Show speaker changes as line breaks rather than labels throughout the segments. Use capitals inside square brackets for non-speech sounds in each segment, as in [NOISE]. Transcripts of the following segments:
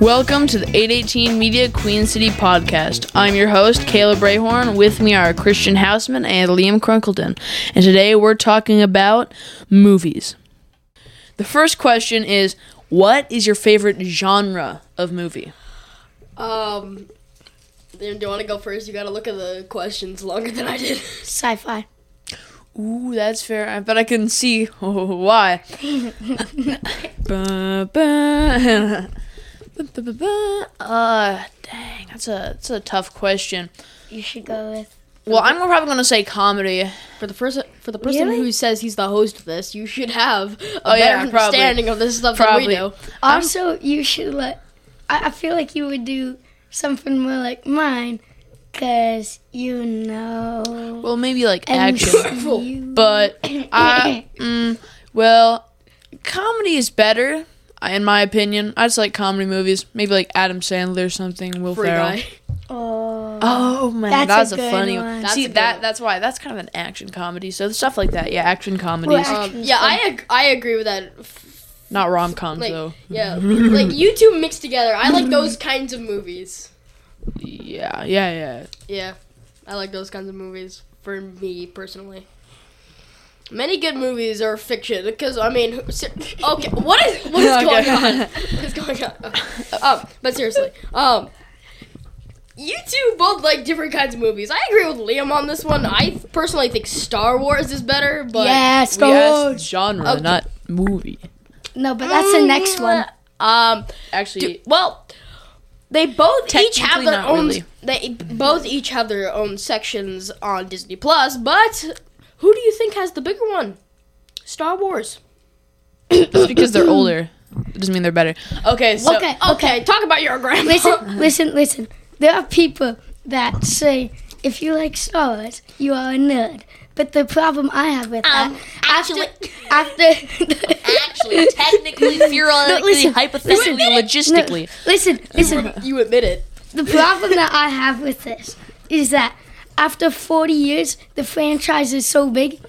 Welcome to the 818 Media Queen City podcast. I'm your host, Kayla Brayhorn. With me are Christian Houseman and Liam Crunkleton. And today we're talking about movies. The first question is What is your favorite genre of movie?
Um, then do you want to go first? You got to look at the questions longer than I did. [LAUGHS]
Sci-fi.
Ooh, that's fair. I bet I can see [LAUGHS] why. Ba, ba. [LAUGHS] Ba, ba, ba, ba. Uh, dang, that's a that's a tough question.
You should go with.
Well, I'm probably gonna say comedy.
For the first, for the person
Really?
who says he's the host of this, you should have a
Oh,
better
yeah, probably.
understanding of this stuff than
Probably.
we do.
Also, you should let. I, I feel like you would do something more like mine, cause you know.
Well, maybe like
[LAUGHS]
action,
MCU. [COUGHS]
but I mm, well, comedy is better I- in my opinion. I just like comedy movies. Maybe like Adam Sandler or something. Will
Free
Ferrell.
[LAUGHS] guy.
oh.
Oh man,
That's
that's a,
a good
funny
one.
one.
That's
See
a good
that
one.
that's why that's kind of an action comedy. So stuff like that, yeah, action comedies,
Well,
Um,
Action's
yeah,
fun.
I ag- I agree with that. F-
not rom coms
Like,
though.
yeah, like you two mixed together. I like [LAUGHS] those kinds of movies.
Yeah, yeah, yeah.
Yeah, I like those kinds of movies for me personally. Many good movies are fiction because I mean, who- ser- okay, what is what is going
Okay.
on? What is going on? Okay. Um, but seriously, um, you two both like different kinds of movies. I agree with Liam on this one. I personally think Star Wars is better, but
yeah, Star
We asked
Wars.
genre,
Okay.
not movie.
No, but that's the next one.
Um,
Actually,
Do- well, they both each have
Technically
their
not
own.
really.
They both each have their own sections on Disney Plus, but who do you think has the bigger one? Star Wars.
just because they're older doesn't mean they're better. Okay, so
Okay.
Okay, talk about your grandma.
[LAUGHS]
Listen, listen, listen. There are people that say if you like Star Wars, you are a nerd. But the problem I have with
Um,
that, after,
actually-
after, [LAUGHS]
actually, technically, theoretically,
listen,
hypothetically,
No,
logistically,
listen, listen.
[LAUGHS] you admit it.
the problem that I have with this is that after 40 years, the franchise is so big.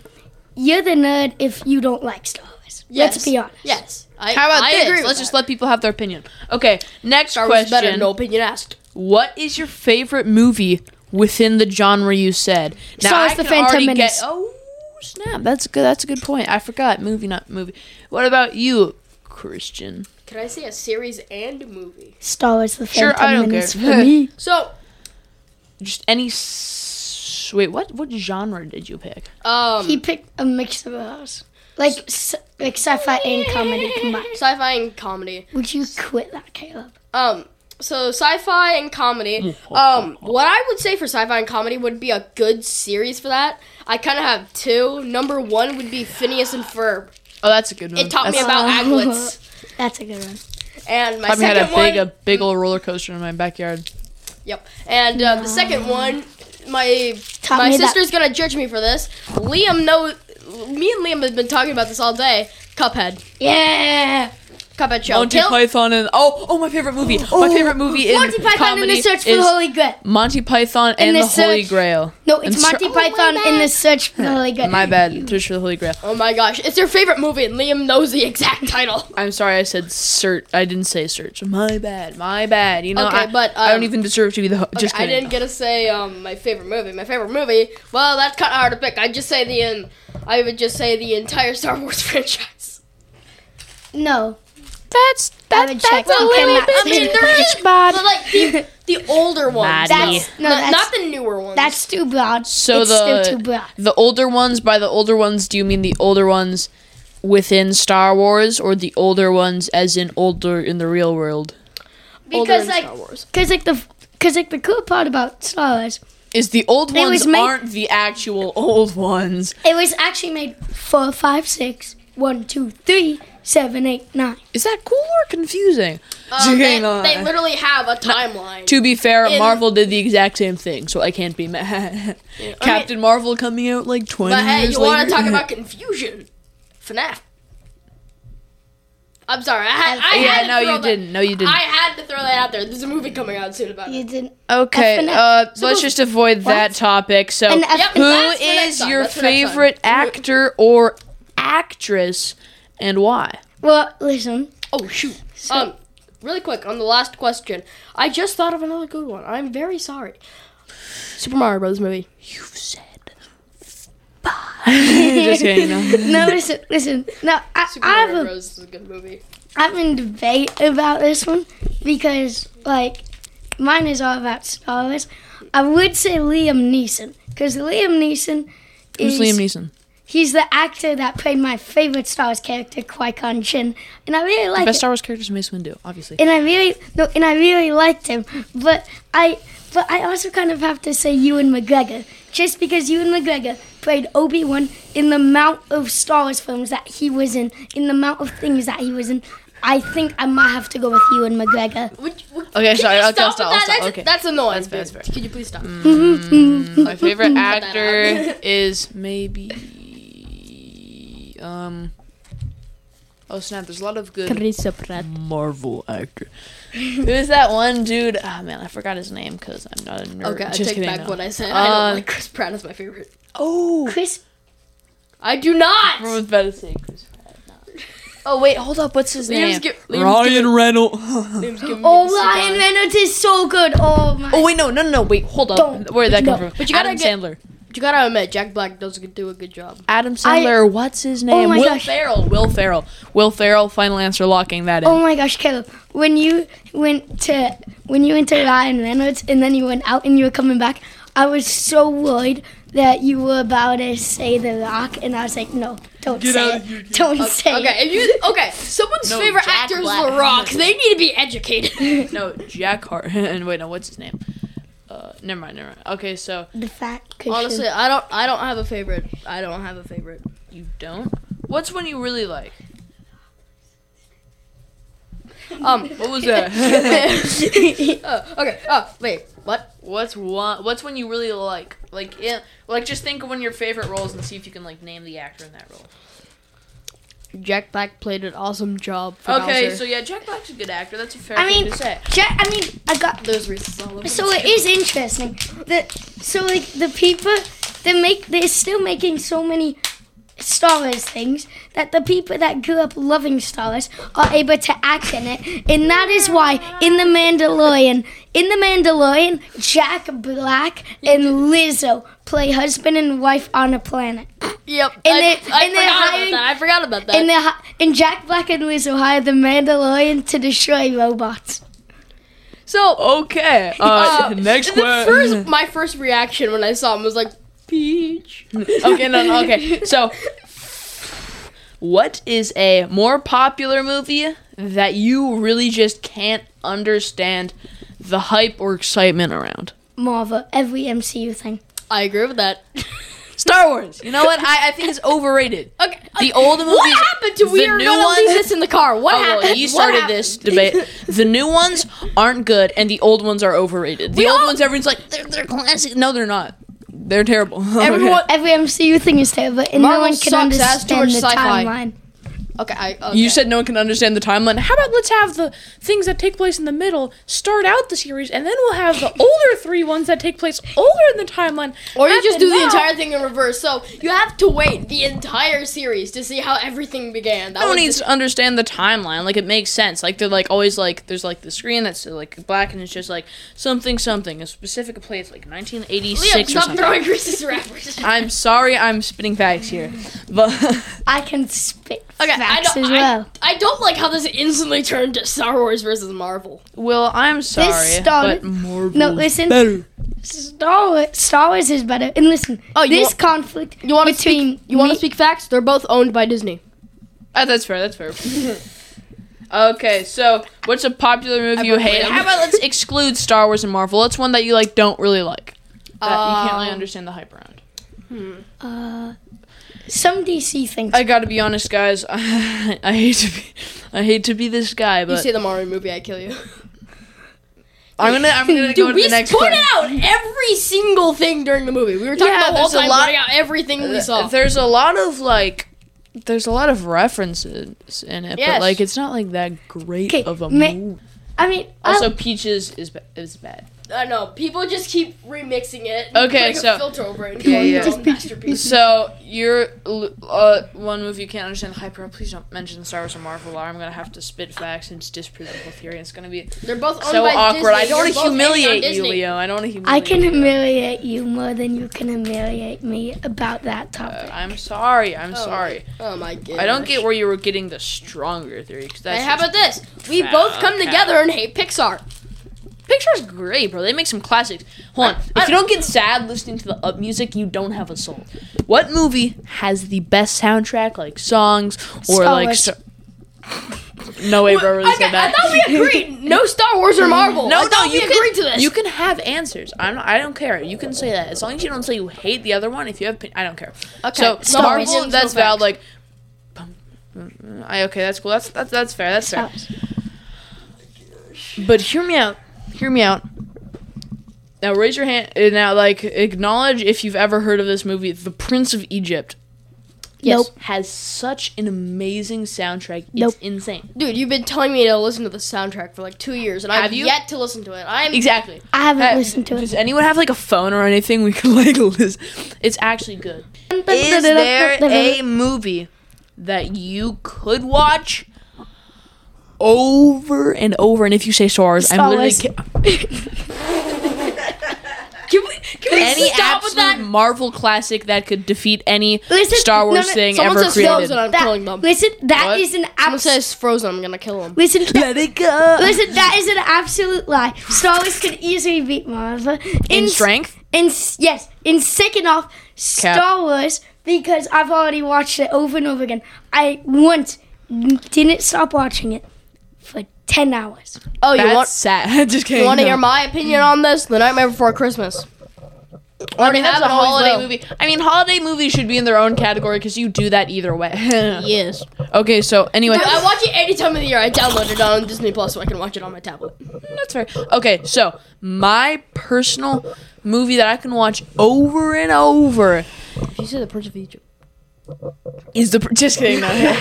You're the nerd if you don't like Star Wars.
Yes.
Let's be honest.
Yes. I,
how about
I
this?
Agree with
Let's
that.
just let people have their opinion. Okay, next
Star Wars is
question.
better. No opinion asked.
What is your favorite movie within the genre you said?
Star Wars: The
can
Phantom
already
Menace.
oh snap! That's good. That's a good point. I forgot movie, not movie. What about you, Christian?
Can I say a series and a movie?
Star Wars: The
Sure,
Phantom
I don't
Menace
care. [LAUGHS]
for me.
So,
Just any. S- wait, what? What genre did you pick?
um,
He picked a mix of those, like s- like sci-fi and comedy combined.
sci-fi and comedy.
Would you quit that, Caleb?
Um, so sci-fi and comedy.
oh,
Um, what I would say for sci-fi and comedy would be a good series for that. I kind of have two. Number one would be Phineas and Ferb.
Oh, that's a good one.
It taught me
That's-
about
Wow.
aglets.
That's a good one.
And my
Taught me how to
second one.
big a big old roller coaster in my backyard.
Yep. And uh, the second one, my
Taught
my
me that-
sister's gonna judge me for this. Liam know. Me and Liam have been talking about this all day. Cuphead.
Yeah.
Cuphead show.
Monty
Tell-
Python and oh oh my favorite movie. my favorite movie in
Monty Python
comedy
and the Search for
is
the Holy Grail.
Monty Python and
the
the, Holy
Search-
Grail.
No, it's
And Sir-
Monty
Oh, my
Python
bad.
and the Search for the Holy Grail.
My bad. Search for the Holy Grail.
oh my gosh, it's your favorite movie, and Liam knows the [LAUGHS] exact title.
I'm sorry, I said search. I didn't say search. My bad. My bad. You know,
Okay,
I,
but,
I don't
um,
even deserve to be the. Ho-
Okay,
just
I
kidding.
didn't get to say um, my favorite movie. My favorite movie. Well, that's kind of hard to pick. I'd just say the en- I would just say the entire Star [LAUGHS] Wars franchise.
No.
That's
I would
that's
check
that's a
on
little
camera.
bit.
I mean, there is, but like the, the older ones.
Maddie.
though.
That's- no,
not,
that's-
not the newer ones.
That's too broad.
So
it's
the
still too broad.
the older ones. By the older ones, do you mean the older ones within Star Wars, or the older ones as in older in the real world?
older
Because
in
like,
Star Wars.
cause like the, cause like the cool part about Star Wars,
Is the old
It
ones
was made-
aren't the actual old ones?
it was actually made four, five, six, one, two, three, seven, eight, nine.
Is that cool or confusing?
Um, they,
[LAUGHS] Hang on.
they literally have a timeline.
To be fair,
In-
Marvel did the exact same thing, so I can't be mad. [LAUGHS] Captain Marvel coming out like 20
but hey,
years
you want
later.
to talk
[LAUGHS]
about confusion? FNAF. I'm sorry. I, had- I
Yeah,
had to
no,
throw
you
that-
didn't. No, you didn't.
I had to throw that out there. There's a movie coming out soon about it.
You didn't.
okay,
F and F.
uh,
So
let's
those-
just avoid that topic. So,
And F- Yep,
who
uh, that's for next
is
time.
your
That's for next time.
favorite actor or actress, and why?
Well, listen.
Oh shoot. um, really quick on the last question. I just thought of another good one. I'm very sorry. Super Mario Brothers movie.
You've said five. [LAUGHS] Just kidding. No.
[LAUGHS] No, listen, listen. No, I,
Super
I
Mario
have a,
Bros. is a good movie.
I'm in debate about this one because like mine is all about Star Wars. I would say Liam Neeson because Liam Neeson
Who's
is
Liam Neeson?
he's the actor that played my favorite Star Wars character, Qui Gon Jinn, and I really like
Best
it.
Star Wars character is Mace Windu, obviously.
And I really no, and I really liked him, but I but I also kind of have to say Ewan McGregor just because Ewan McGregor played Obi Wan in the amount of Star Wars films that he was in, in the amount of things that he was in. I think I might have to go with Ewan McGregor.
Would, would,
Okay,
can
sorry,
you
I'll- I'll stop,
stop with
I'll
that?
stop,
That's,
okay.
that's annoying.
That's fair, that's
dude.
fair. Mm,
Could you please stop?
My
[LAUGHS]
favorite
out. [LAUGHS]
actor is maybe um. Oh snap! There's a lot of good Marvel actor. Who's that one dude? Oh man, I forgot his name because I'm not a nerd.
Okay, I
Just
take
kidding,
back
no.
what I said. I don't
Um,
like Chris Pratt as my favorite.
Oh,
Chris,
I do
I
not.
was about to say Chris Pratt. no. Oh wait, hold up. What's his
Liam's
name?
gi- Liam's
Ryan
giving-
Reynolds. [LAUGHS]
Liam's giving me
oh
the
Ryan
sit-down.
Reynolds is so good. Oh my.
oh wait, no, no, no, no. Wait, hold up.
Don't.
Where did that come
No.
from?
But you gotta
Adam
get-
Sandler.
You gotta admit, Jack Black does do a good job.
Adam
I-
Sandler. what's his name?
my
Will
gosh.
Ferrell. Will Ferrell. Will Ferrell. Final answer. Locking that in.
Oh my gosh, Caleb! When you went to when you went to Ryan Reynolds and then you went out and you were coming back, I was so worried that you were about to say The Rock, and I was like, no, don't
Get
say
out of
it, don't say it.
Okay, if you okay, someone's
No,
favorite
Jack
actor is
Black.
The Rock. They need to be [LAUGHS] educated.
No, Jack Hart. [LAUGHS] and wait, no, what's his name? Uh, never mind, never mind. Okay, so
The fat Christian.
Honestly, I don't. I don't have a favorite. I don't have a favorite.
you don't. What's one you really like?
Um.
What was that?
[LAUGHS]
[LAUGHS]
oh, okay. Oh, wait. What?
what's one? What's one you really like? Like, it, like just think of one of your favorite roles and see if you can like name the actor in that role.
Jack Black played an awesome job. For
okay,
Bowser.
so yeah, Jack Black's a good actor. That's a fair
I
thing
mean,
to say.
Ja- I mean, I got.
there's reasons all over.
So it is interesting that so like the people they make they're still making so many Star Wars things that the people that grew up loving Star Wars are able to act in it, and that is why in the Mandalorian, in the Mandalorian, Jack Black and Lizzo play husband and wife on a planet,
Yep.
And
I,
they-
I
and they're
forgot
hiring-
about that. I forgot about that.
and they hi- and Jack Black and Lizzo hire the Mandalorian to destroy robots.
so
Okay. [LAUGHS]
uh, the First, my first reaction when I saw him was like, Peach.
okay, no, no, okay. So, what is a more popular movie that you really just can't understand the hype or excitement around?
Marvel, every MCU thing.
I agree with that.
Star Wars. You know what? I, I think it's overrated.
Okay.
The old movies.
What happened to we
the
are
new
gonna leave
ones-
this in the car?
[LAUGHS]
What
Oh, well,
happened?
you
What
started
happened?
this debate. The new ones aren't good, and the old ones are overrated. The
We
old
all-
ones, everyone's like, they're, they're classic. No, they're not. They're terrible. [LAUGHS]
Everyone-
Every MCU thing is terrible, and
Marvel
no one can
sucks ass
understand
towards
the
sci-fi.
timeline.
Okay, I, okay.
You said no one can understand the timeline. How about let's have the things that take place in the middle start out the series, and then we'll have [LAUGHS] the older three ones that take place older in the timeline.
Or you just
happen
do the
now.
entire thing in reverse. So you have to wait the entire series to see how everything began. That
No one
was
needs to understand the timeline. Like it makes sense. Like they're like always like there's like the screen that's uh, like black and it's just like something something a specific place like
Liam,
1986 or
stop
something.
throwing Reese's wrappers.
[LAUGHS] I'm sorry, I'm spitting facts here, but [LAUGHS]
I can spit
Okay, I
facts
don't,
as
I-
well.
I, don't like how this instantly turned to Star Wars versus Marvel.
well, I'm sorry,
started-
but Marvel's
No, listen.
better.
Star Wars, Star Wars is better. And listen,
Oh, you
this
want-
conflict
You want to
between
speak? You want
me-
to speak facts? They're both owned by Disney.
Ah, that's fair. That's fair. okay, so what's a popular movie you
Everyone
hate?
win.
How about let's exclude Star Wars and Marvel. What's one that you like don't really like that you can't really
Um,
understand the hype around?
uh, some DC things.
I gotta be honest, guys. [LAUGHS] I, hate to be, I hate to be this guy,
You
but
say the Mario movie, I kill [LAUGHS] you.
I'm gonna I'm gonna go
Dude,
to
we
the next
put
one.
out every single thing during the movie. We were talking
Yeah,
the whole
there's a
time,
lot-
putting out everything
Uh,
we saw.
There's a lot of like. There's a lot of references in it,
Yes.
but like it's not like that great
'Kay,
of a
ma-
movie.
I mean, I-
Also, Peaches is ba- is bad.
I know people just keep remixing it. and
Okay,
putting a
so-
filter over it. And
Yeah,
calling
yeah.
it their own masterpiece. [LAUGHS]
So you're uh, one movie you can't understand the hype around. Please don't mention Star Wars or Marvel. Or I'm gonna have to spit facts and disprove the whole theory. and It's gonna be
They're both owned
so
by
awkward.
Disney.
I don't
They're
want to
both owned by
humiliate you,
Disney.
Leo. I don't want to humiliate.
I can
You.
humiliate you more than you can humiliate me about that
Uh,
topic.
I'm sorry. I'm
Oh,
sorry.
Oh my god.
I don't get where you were getting the stronger theory. Cause that's
And how
just-
about this? We
Fuck
both come
out.
together and hate Pixar.
Pixar's great, bro. They make some classics. Hold on.
I-
if you don't get sad listening to the up music, you don't have a soul. What movie has the best soundtrack, like songs or
Star
like?
Wars.
Star- no way, bro. Really
I,
said
got- I
that.
thought [LAUGHS] we agreed. No Star Wars or Marvel.
No,
I thought
no,
we
you
agreed
can,
to this.
You can have answers. I'm not, I don't care. You can say that as long as you don't say you hate the other one. If you have, opin- I don't care.
Okay,
So
no
Marvel,
opinions,
that's
no
valid.
facts.
Like, mm, I okay, that's cool. That's that's that's fair. That's fair. But hear me out. Hear me out. Now raise your hand. uh, Now, like, acknowledge if you've ever heard of this movie, The Prince of Egypt.
Nope.
Has such an amazing soundtrack. It's
Nope.
insane.
Dude, you've been telling me to listen to the soundtrack for like two years, and I've
Have you?
yet to listen to it. I'm
Exactly.
I haven't
Uh,
listened to
Does
it.
anyone have like a phone or anything we could like [LAUGHS] listen? It's actually good.
[LAUGHS]
Is there a movie that you could watch over and over? And if you say Star Wars,
Star
I'm literally
Wars.
ki-
Can we, can we
any
stop with
absolute
that?
Marvel classic that could defeat any
Listen-
Star
no,
Wars
no,
thing
Someone
ever
says
created.
Frozen, I'm killing
That,
them.
listen,
What?
that is an
Someone
absolute.
says Frozen, I'm gonna kill him.
Listen, that,
Let it go.
listen, that is an absolute lie. Star Wars could easily beat Marvel
in
s-
strength,
In s- yes, in second off, Star Wars because I've already watched it over and over again. I once didn't stop watching it for ten hours.
Oh, you
that's
want
sad. [LAUGHS] Just kidding.
you want to
no.
[LAUGHS] hear my opinion on this? The Nightmare Before Christmas. Already
That's
have
a
it, always
holiday
will.
movie. I mean, holiday movies should be in their own category because you do that either way. [LAUGHS]
Yes.
Okay, so anyway,
Dude, [LAUGHS] I watch it any time of the year. I download it on Disney Plus so I can watch it on my tablet.
That's fair. Okay, so my personal movie that I can watch over and over
If you say the Prince of Egypt.
is the. Just kidding. [LAUGHS] No,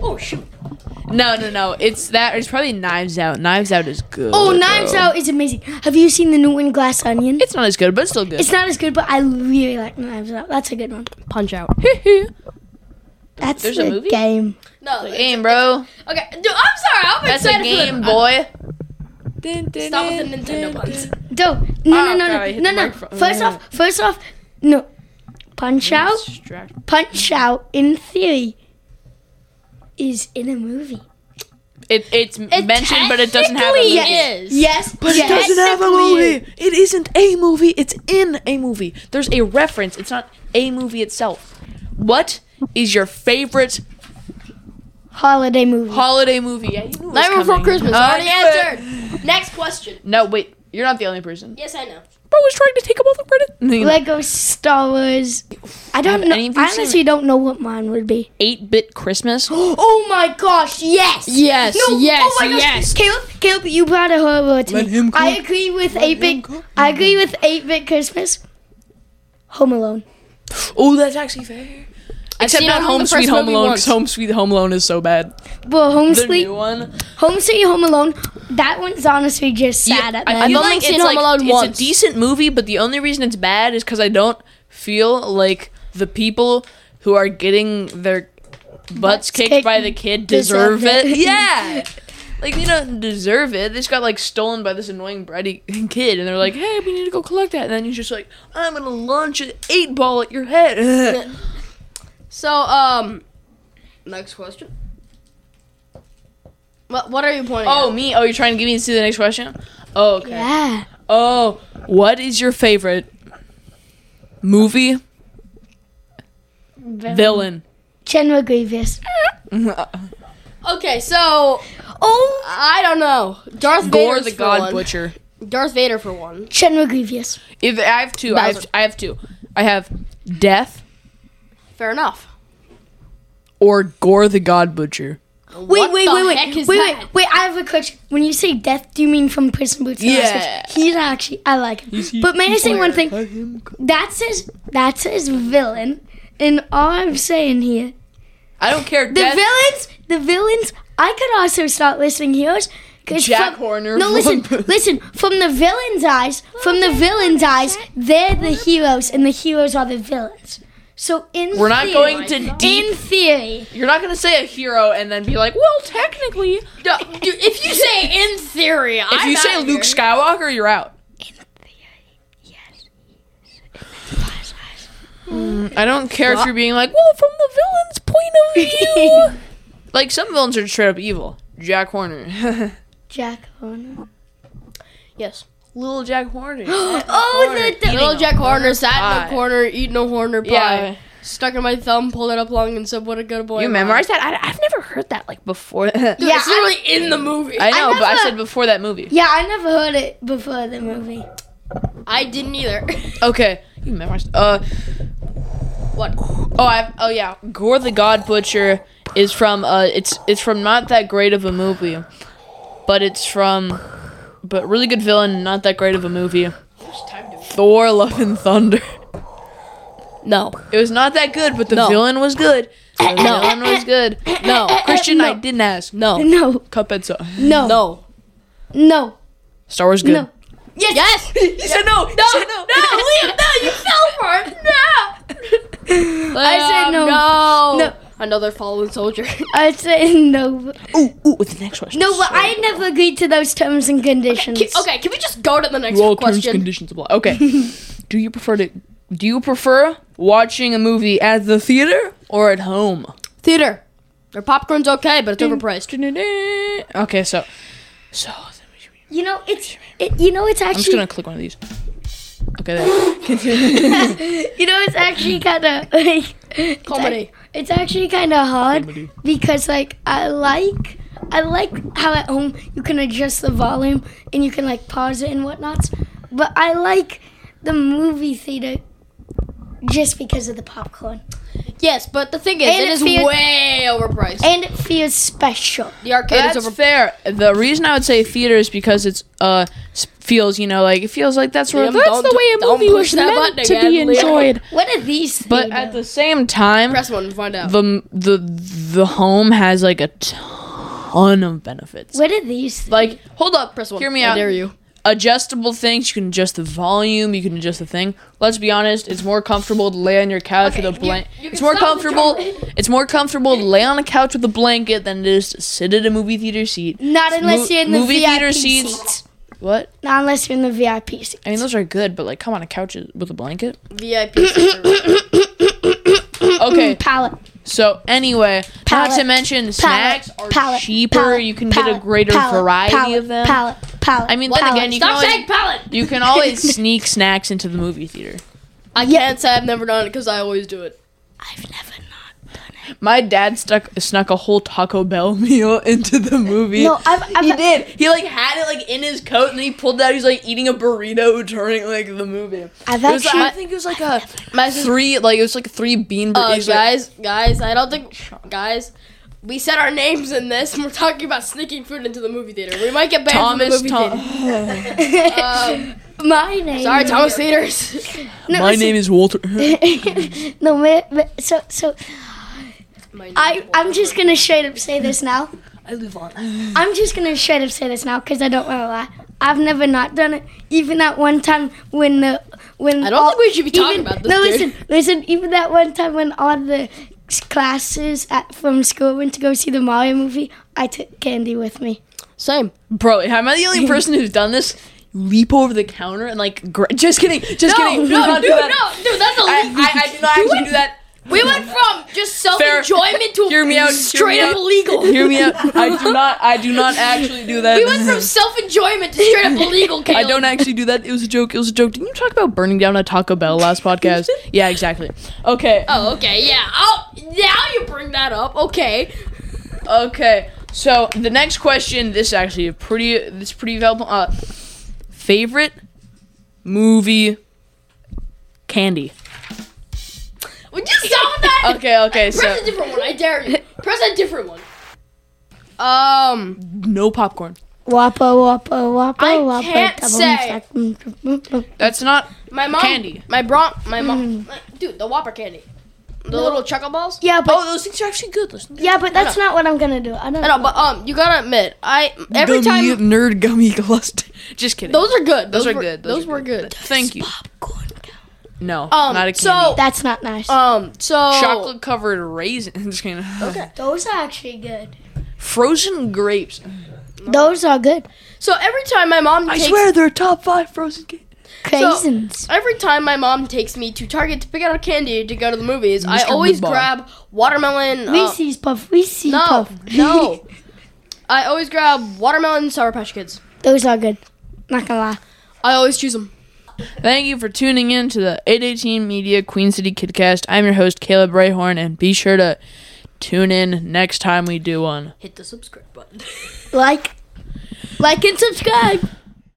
Oh shoot.
no, no. no. It's that. It's probably Knives Out. Knives Out is good.
Oh, Knives
bro.
Out is amazing. Have you seen the new one, Glass Onion?
It's not as good, but it's still good. [LAUGHS]
It's not as good, but I really like Knives Out. That's a good one.
Punch out.
That's
There's a
the
movie?
game.
No. Okay,
game, bro.
dude, I'm sorry. I'm
That's a
excited
game,
for the-
boy.
Stop with the Nintendo puns.
No, no, no,
Oh,
no,
God, I
no,
hit
no,
the
no.
microphone.
First off, first off, no. Punch out,
Distract-
punch out. In theory, is in a movie.
It, it's mentioned, but it doesn't have a movie.
technically is.
Yes,
But
yes.
it doesn't have a
Technically
movie. It isn't a movie. It's in a movie. There's a reference. It's not a movie itself. What is your favorite
Holiday movie.
holiday movie? Yeah, you knew it was
Nightmare Before
coming. Oh,
Christmas.
I
already
knew it.
answered. Next question.
No, wait. You're not the only person.
Yes, I know.
Bro was trying to take up all the credit. No, you know.
Lego Star Wars. I
Have
don't know.
any of you
I
seen
honestly don't know what mine would be. [GASPS]
8-bit [GASPS]
[GASPS]
Christmas.
Oh my gosh! Yes. Oh
Yes, yes, yes.
Caleb, Caleb, you brought a horror to
Let
me.
him cook.
I agree with eight bit.
cook.
I agree with eight bit Christmas. Home Alone.
oh, that's actually fair. Except
seen
not
Home Alone,
Home
the
Sweet
first
Home
movie
Alone
once.
because Home Sweet Home Alone is so bad.
Well, Home
The
Sweet,
new one.
Home Sweet, Home Alone. That one's honestly just
Yeah,
sad at the
I
end.
feel
only
like
seen
it's
Home
like-
Alone once.
It's a decent movie, but the only reason it's bad is because I don't feel like the people who are getting their butts, kicked,
kicked
by the kid
deserve
deserve, it. [LAUGHS]
it.
Yeah. Like they don't deserve it. They just got like stolen by this annoying bratty [LAUGHS] kid, and they're like, "Hey, we need to go collect that." And then he's just like, "I'm gonna launch an eight ball at your head." [LAUGHS]
So, um, next question. What What are you pointing?
oh
at?
me? Oh, you're trying to get me to see the next question? Oh, okay.
Yeah.
Oh, what is your favorite movie villain?
General Grievous.
Okay, so
Oh,
I don't know. Darth
Gore
Vader
the
for
God
one.
Butcher.
Darth Vader for one.
General Grievous.
If I have two, I have,
Bowser.
I have two. I have Death
Fair enough.
or Gore the God Butcher.
Wait,
Wait, wait, wait, wait,
Heck
wait,
is
wait,
that?
wait, I have a question. When you say death, do you mean from Prison Boots? to Auschwitz?
Yeah.
he's actually I like him. but may I say one thing? That says that says villain, and all I'm saying here,
I don't care.
the
Death.
villains, the villains. I could also start listing heroes 'Cause
Jack Horner
No,
from-
listen, listen. From the villain's eyes, from the villain's eyes, they're the heroes, and the heroes are the villains. So in
We're not
theory-
going to deep.
in theory,
You're not going to say a hero and then be like, well, technically.
No, dude, if you say in theory,
If you say Luke Skywalker, you're out. Mm, I don't care if you're being like, well, from the villain's point [LAUGHS] of view. like, some villains are straight up evil. Jack Horner. [LAUGHS]
Jack Horner.
yes.
Little Jack [GASPS] Horner.
Oh, the, the
Little Jack Horner sat in
pie.
the corner eating a Horner pie.
Yeah.
Stuck in my thumb, pulled it up long, and said, "What a good boy."
You
am I."
memorized that? I, have never heard that, like, [LAUGHS] before.
Dude,
Yeah,
it's literally in the movie.
I know, but I
never-
said before that movie.
Yeah, I never heard it before the movie.
I didn't either. [LAUGHS]
Okay. You memorized. Uh,
what?
Oh, I oh yeah, Gore the God Butcher is from uh, it's it's from not that great of a movie, but it's from, but really good villain, not that great of a movie. Thor: Love and Thunder.
No.
It was not that good, but the
No.
villain was good. The villain was good.
No.
Christian, I
No.
didn't ask. No.
No,
Cuphead saw.
no, no,
No.
no.
Star Wars good.
No.
Yes. [LAUGHS] Yes. You said no. No. No. No.
[LAUGHS]
Liam. Ah, No. You fell for it. No.
I said no.
No.
No.
Another fallen soldier. [LAUGHS]
I said no.
Ooh, with the next question.
No, but I never agreed to those terms and conditions.
Can- [LAUGHS] okay. Can we just go to the next
Do all terms
question?
conditions apply. Okay. do you prefer to? Do you prefer watching a movie at the theater or at home?
Theater. Their popcorn's okay, but it's overpriced.
Okay, so so
You know it's it, you know it's
I'm just
actually
gonna click one of these. Okay, there.
you know it's actually kind of [LAUGHS] like it's
Comedy.
ac- It's actually kind of hard
Comedy.
because like I like I like how at home you can adjust the volume and you can like pause it and whatnot. But I like the movie theater just because of the popcorn
Yes, but the thing is,
And
it
it
is
feels-
way overpriced.
and it feels special.
the arcade
That's
is over.
fair. The reason I would say theater is because it's uh s- feels you know like it feels like that's where
Liam,
that's
don't
the
do-
way a
don't
movie was
push that
meant
button
to be
again, Liam. [LAUGHS]
enjoyed.
What are these?
But
theater?
at the same time,
Press one and find out.
the the the home has like a ton of benefits.
what are these?
Like, hold up,
Press one.
Hear me
I
out.
dare [CLEARS THROAT] you.
adjustable things. You can adjust the volume. You can adjust the thing. Let's be honest. It's more comfortable to lay on your couch
Okay,
with a
you-
blanket.
you can
It's more
stop the
comfortable. It's more comfortable to lay on a couch with a blanket than it is to sit at a movie theater seat.
Not unless
Mo-
you're in the
movie
VIP
theater seats.
seats.
What?
Not unless you're in the VIP seats.
I mean, those are good, but like, come on, a couch is- with a blanket.
VIP. server.
Okay.
palette.
So anyway, not to
Palette.
mention
Palette.
snacks are
palette,
cheaper.
palette,
you can get a
palette,
greater
palette,
variety
palette,
of them.
Palette, palette.
I mean, then
palette.
again, you can
Stop
always,
saying palette.
you can always sneak snacks into the movie theater.
I can't say I've never done it because I always do it.
I've never not.
My dad stuck snuck a whole Taco Bell [LAUGHS] meal into the movie.
No, I've, I've
he did. He like had it like in his coat, and then he pulled it out. He's like eating a burrito during like the movie.
I've
It was,
actually.
I think it was like a three, like it was like three bean
Uh,
burritos.
guys, guys, I don't think, guys, we said our names in this. [LAUGHS] And we're talking about sneaking food into the movie theater. We might get banned
Thomas,
from the movie
Tom-
theater. Um,
[LAUGHS] my name.
sorry, Thomas [LAUGHS] Theaters.
No,
my name is Walter.
is. [LAUGHS] no, ma- ma- so so I I'm just gonna straight up say this now.
I live on.
I'm just gonna straight up say this now because I don't want to lie. I've never not done it. Even that one time when the when
I don't think we should be talking about this,
No,
dude.
listen, listen. Even that one time when all the s- classes at, from school went to go see the Mario movie, I took candy with me.
Same.
Bro, am I the
[LAUGHS]
only person who's done this? Leap over the counter and like, gra- just kidding, just
No,
kidding. [LAUGHS]
[LAUGHS] no,
Don't do
dude, no,
that.
dude, that's a
I, I, I do
[LAUGHS]
not actually do that.
We went from just self
Fair.
enjoyment to
Hear me out, hear
straight
me
up
out.
illegal.
Hear me out. I do not. I do not actually do that.
[LAUGHS] We went from self enjoyment to [LAUGHS] straight up illegal.
[LAUGHS] I
Caleb.
don't actually do that. It was a joke. It was a joke. Didn't you talk about burning down a Taco Bell last
[LAUGHS]
podcast? yeah, exactly. Okay.
Oh, okay, yeah. Oh, now you bring that up. Okay.
Okay. So the next question. This is actually a pretty. This is pretty valuable. Uh, favorite movie candy.
We just saw that. [LAUGHS]
Okay. Okay. So
Press a different one. I dare you. Press a different one. Um,
no popcorn.
Whopper, whopper, whopper,
I
whopper.
can't
double
say.
stack, mm, mm, mm, mm.
That's not
my mom.
Candy.
My bron. My mom. Dude, the Mm. Whopper candy. the little chuckle balls.
Yeah, but
Oh, those things are actually good. Those things-
yeah, but that's not what I'm gonna do. I don't.
I know, but um, you gotta admit, I every
Gummy-
time
nerd gummy cluster. [LAUGHS] Just kidding.
those are good.
Those
Those,
are
were
good.
Those, were good.
Thank you.
popcorn.
No,
Um,
not a candy.
so-
That's not nice.
Um, so
chocolate covered [LAUGHS] raisins. Just kidding.
Okay.
Those are actually good.
Frozen grapes.
Those are good.
So every time my mom
I
takes
swear they're top five frozen cake.
Craisins.
every time my mom takes me to Target to pick out candy to go to the movies, I
Mr.
always
Goodbar.
grab watermelon. uh,
Reese's puff. Reese's
no,
puff.
no. [LAUGHS] I always grab watermelon Sour Patch Kids.
[LAUGHS] Those are good. Not gonna lie.
I always choose them.
Thank you for tuning in to the 818 Media Queen City Kidcast. I'm your host, Caleb Rayhorn, and be sure to tune in next time we do one.
Hit the subscribe button.
Like, like and subscribe.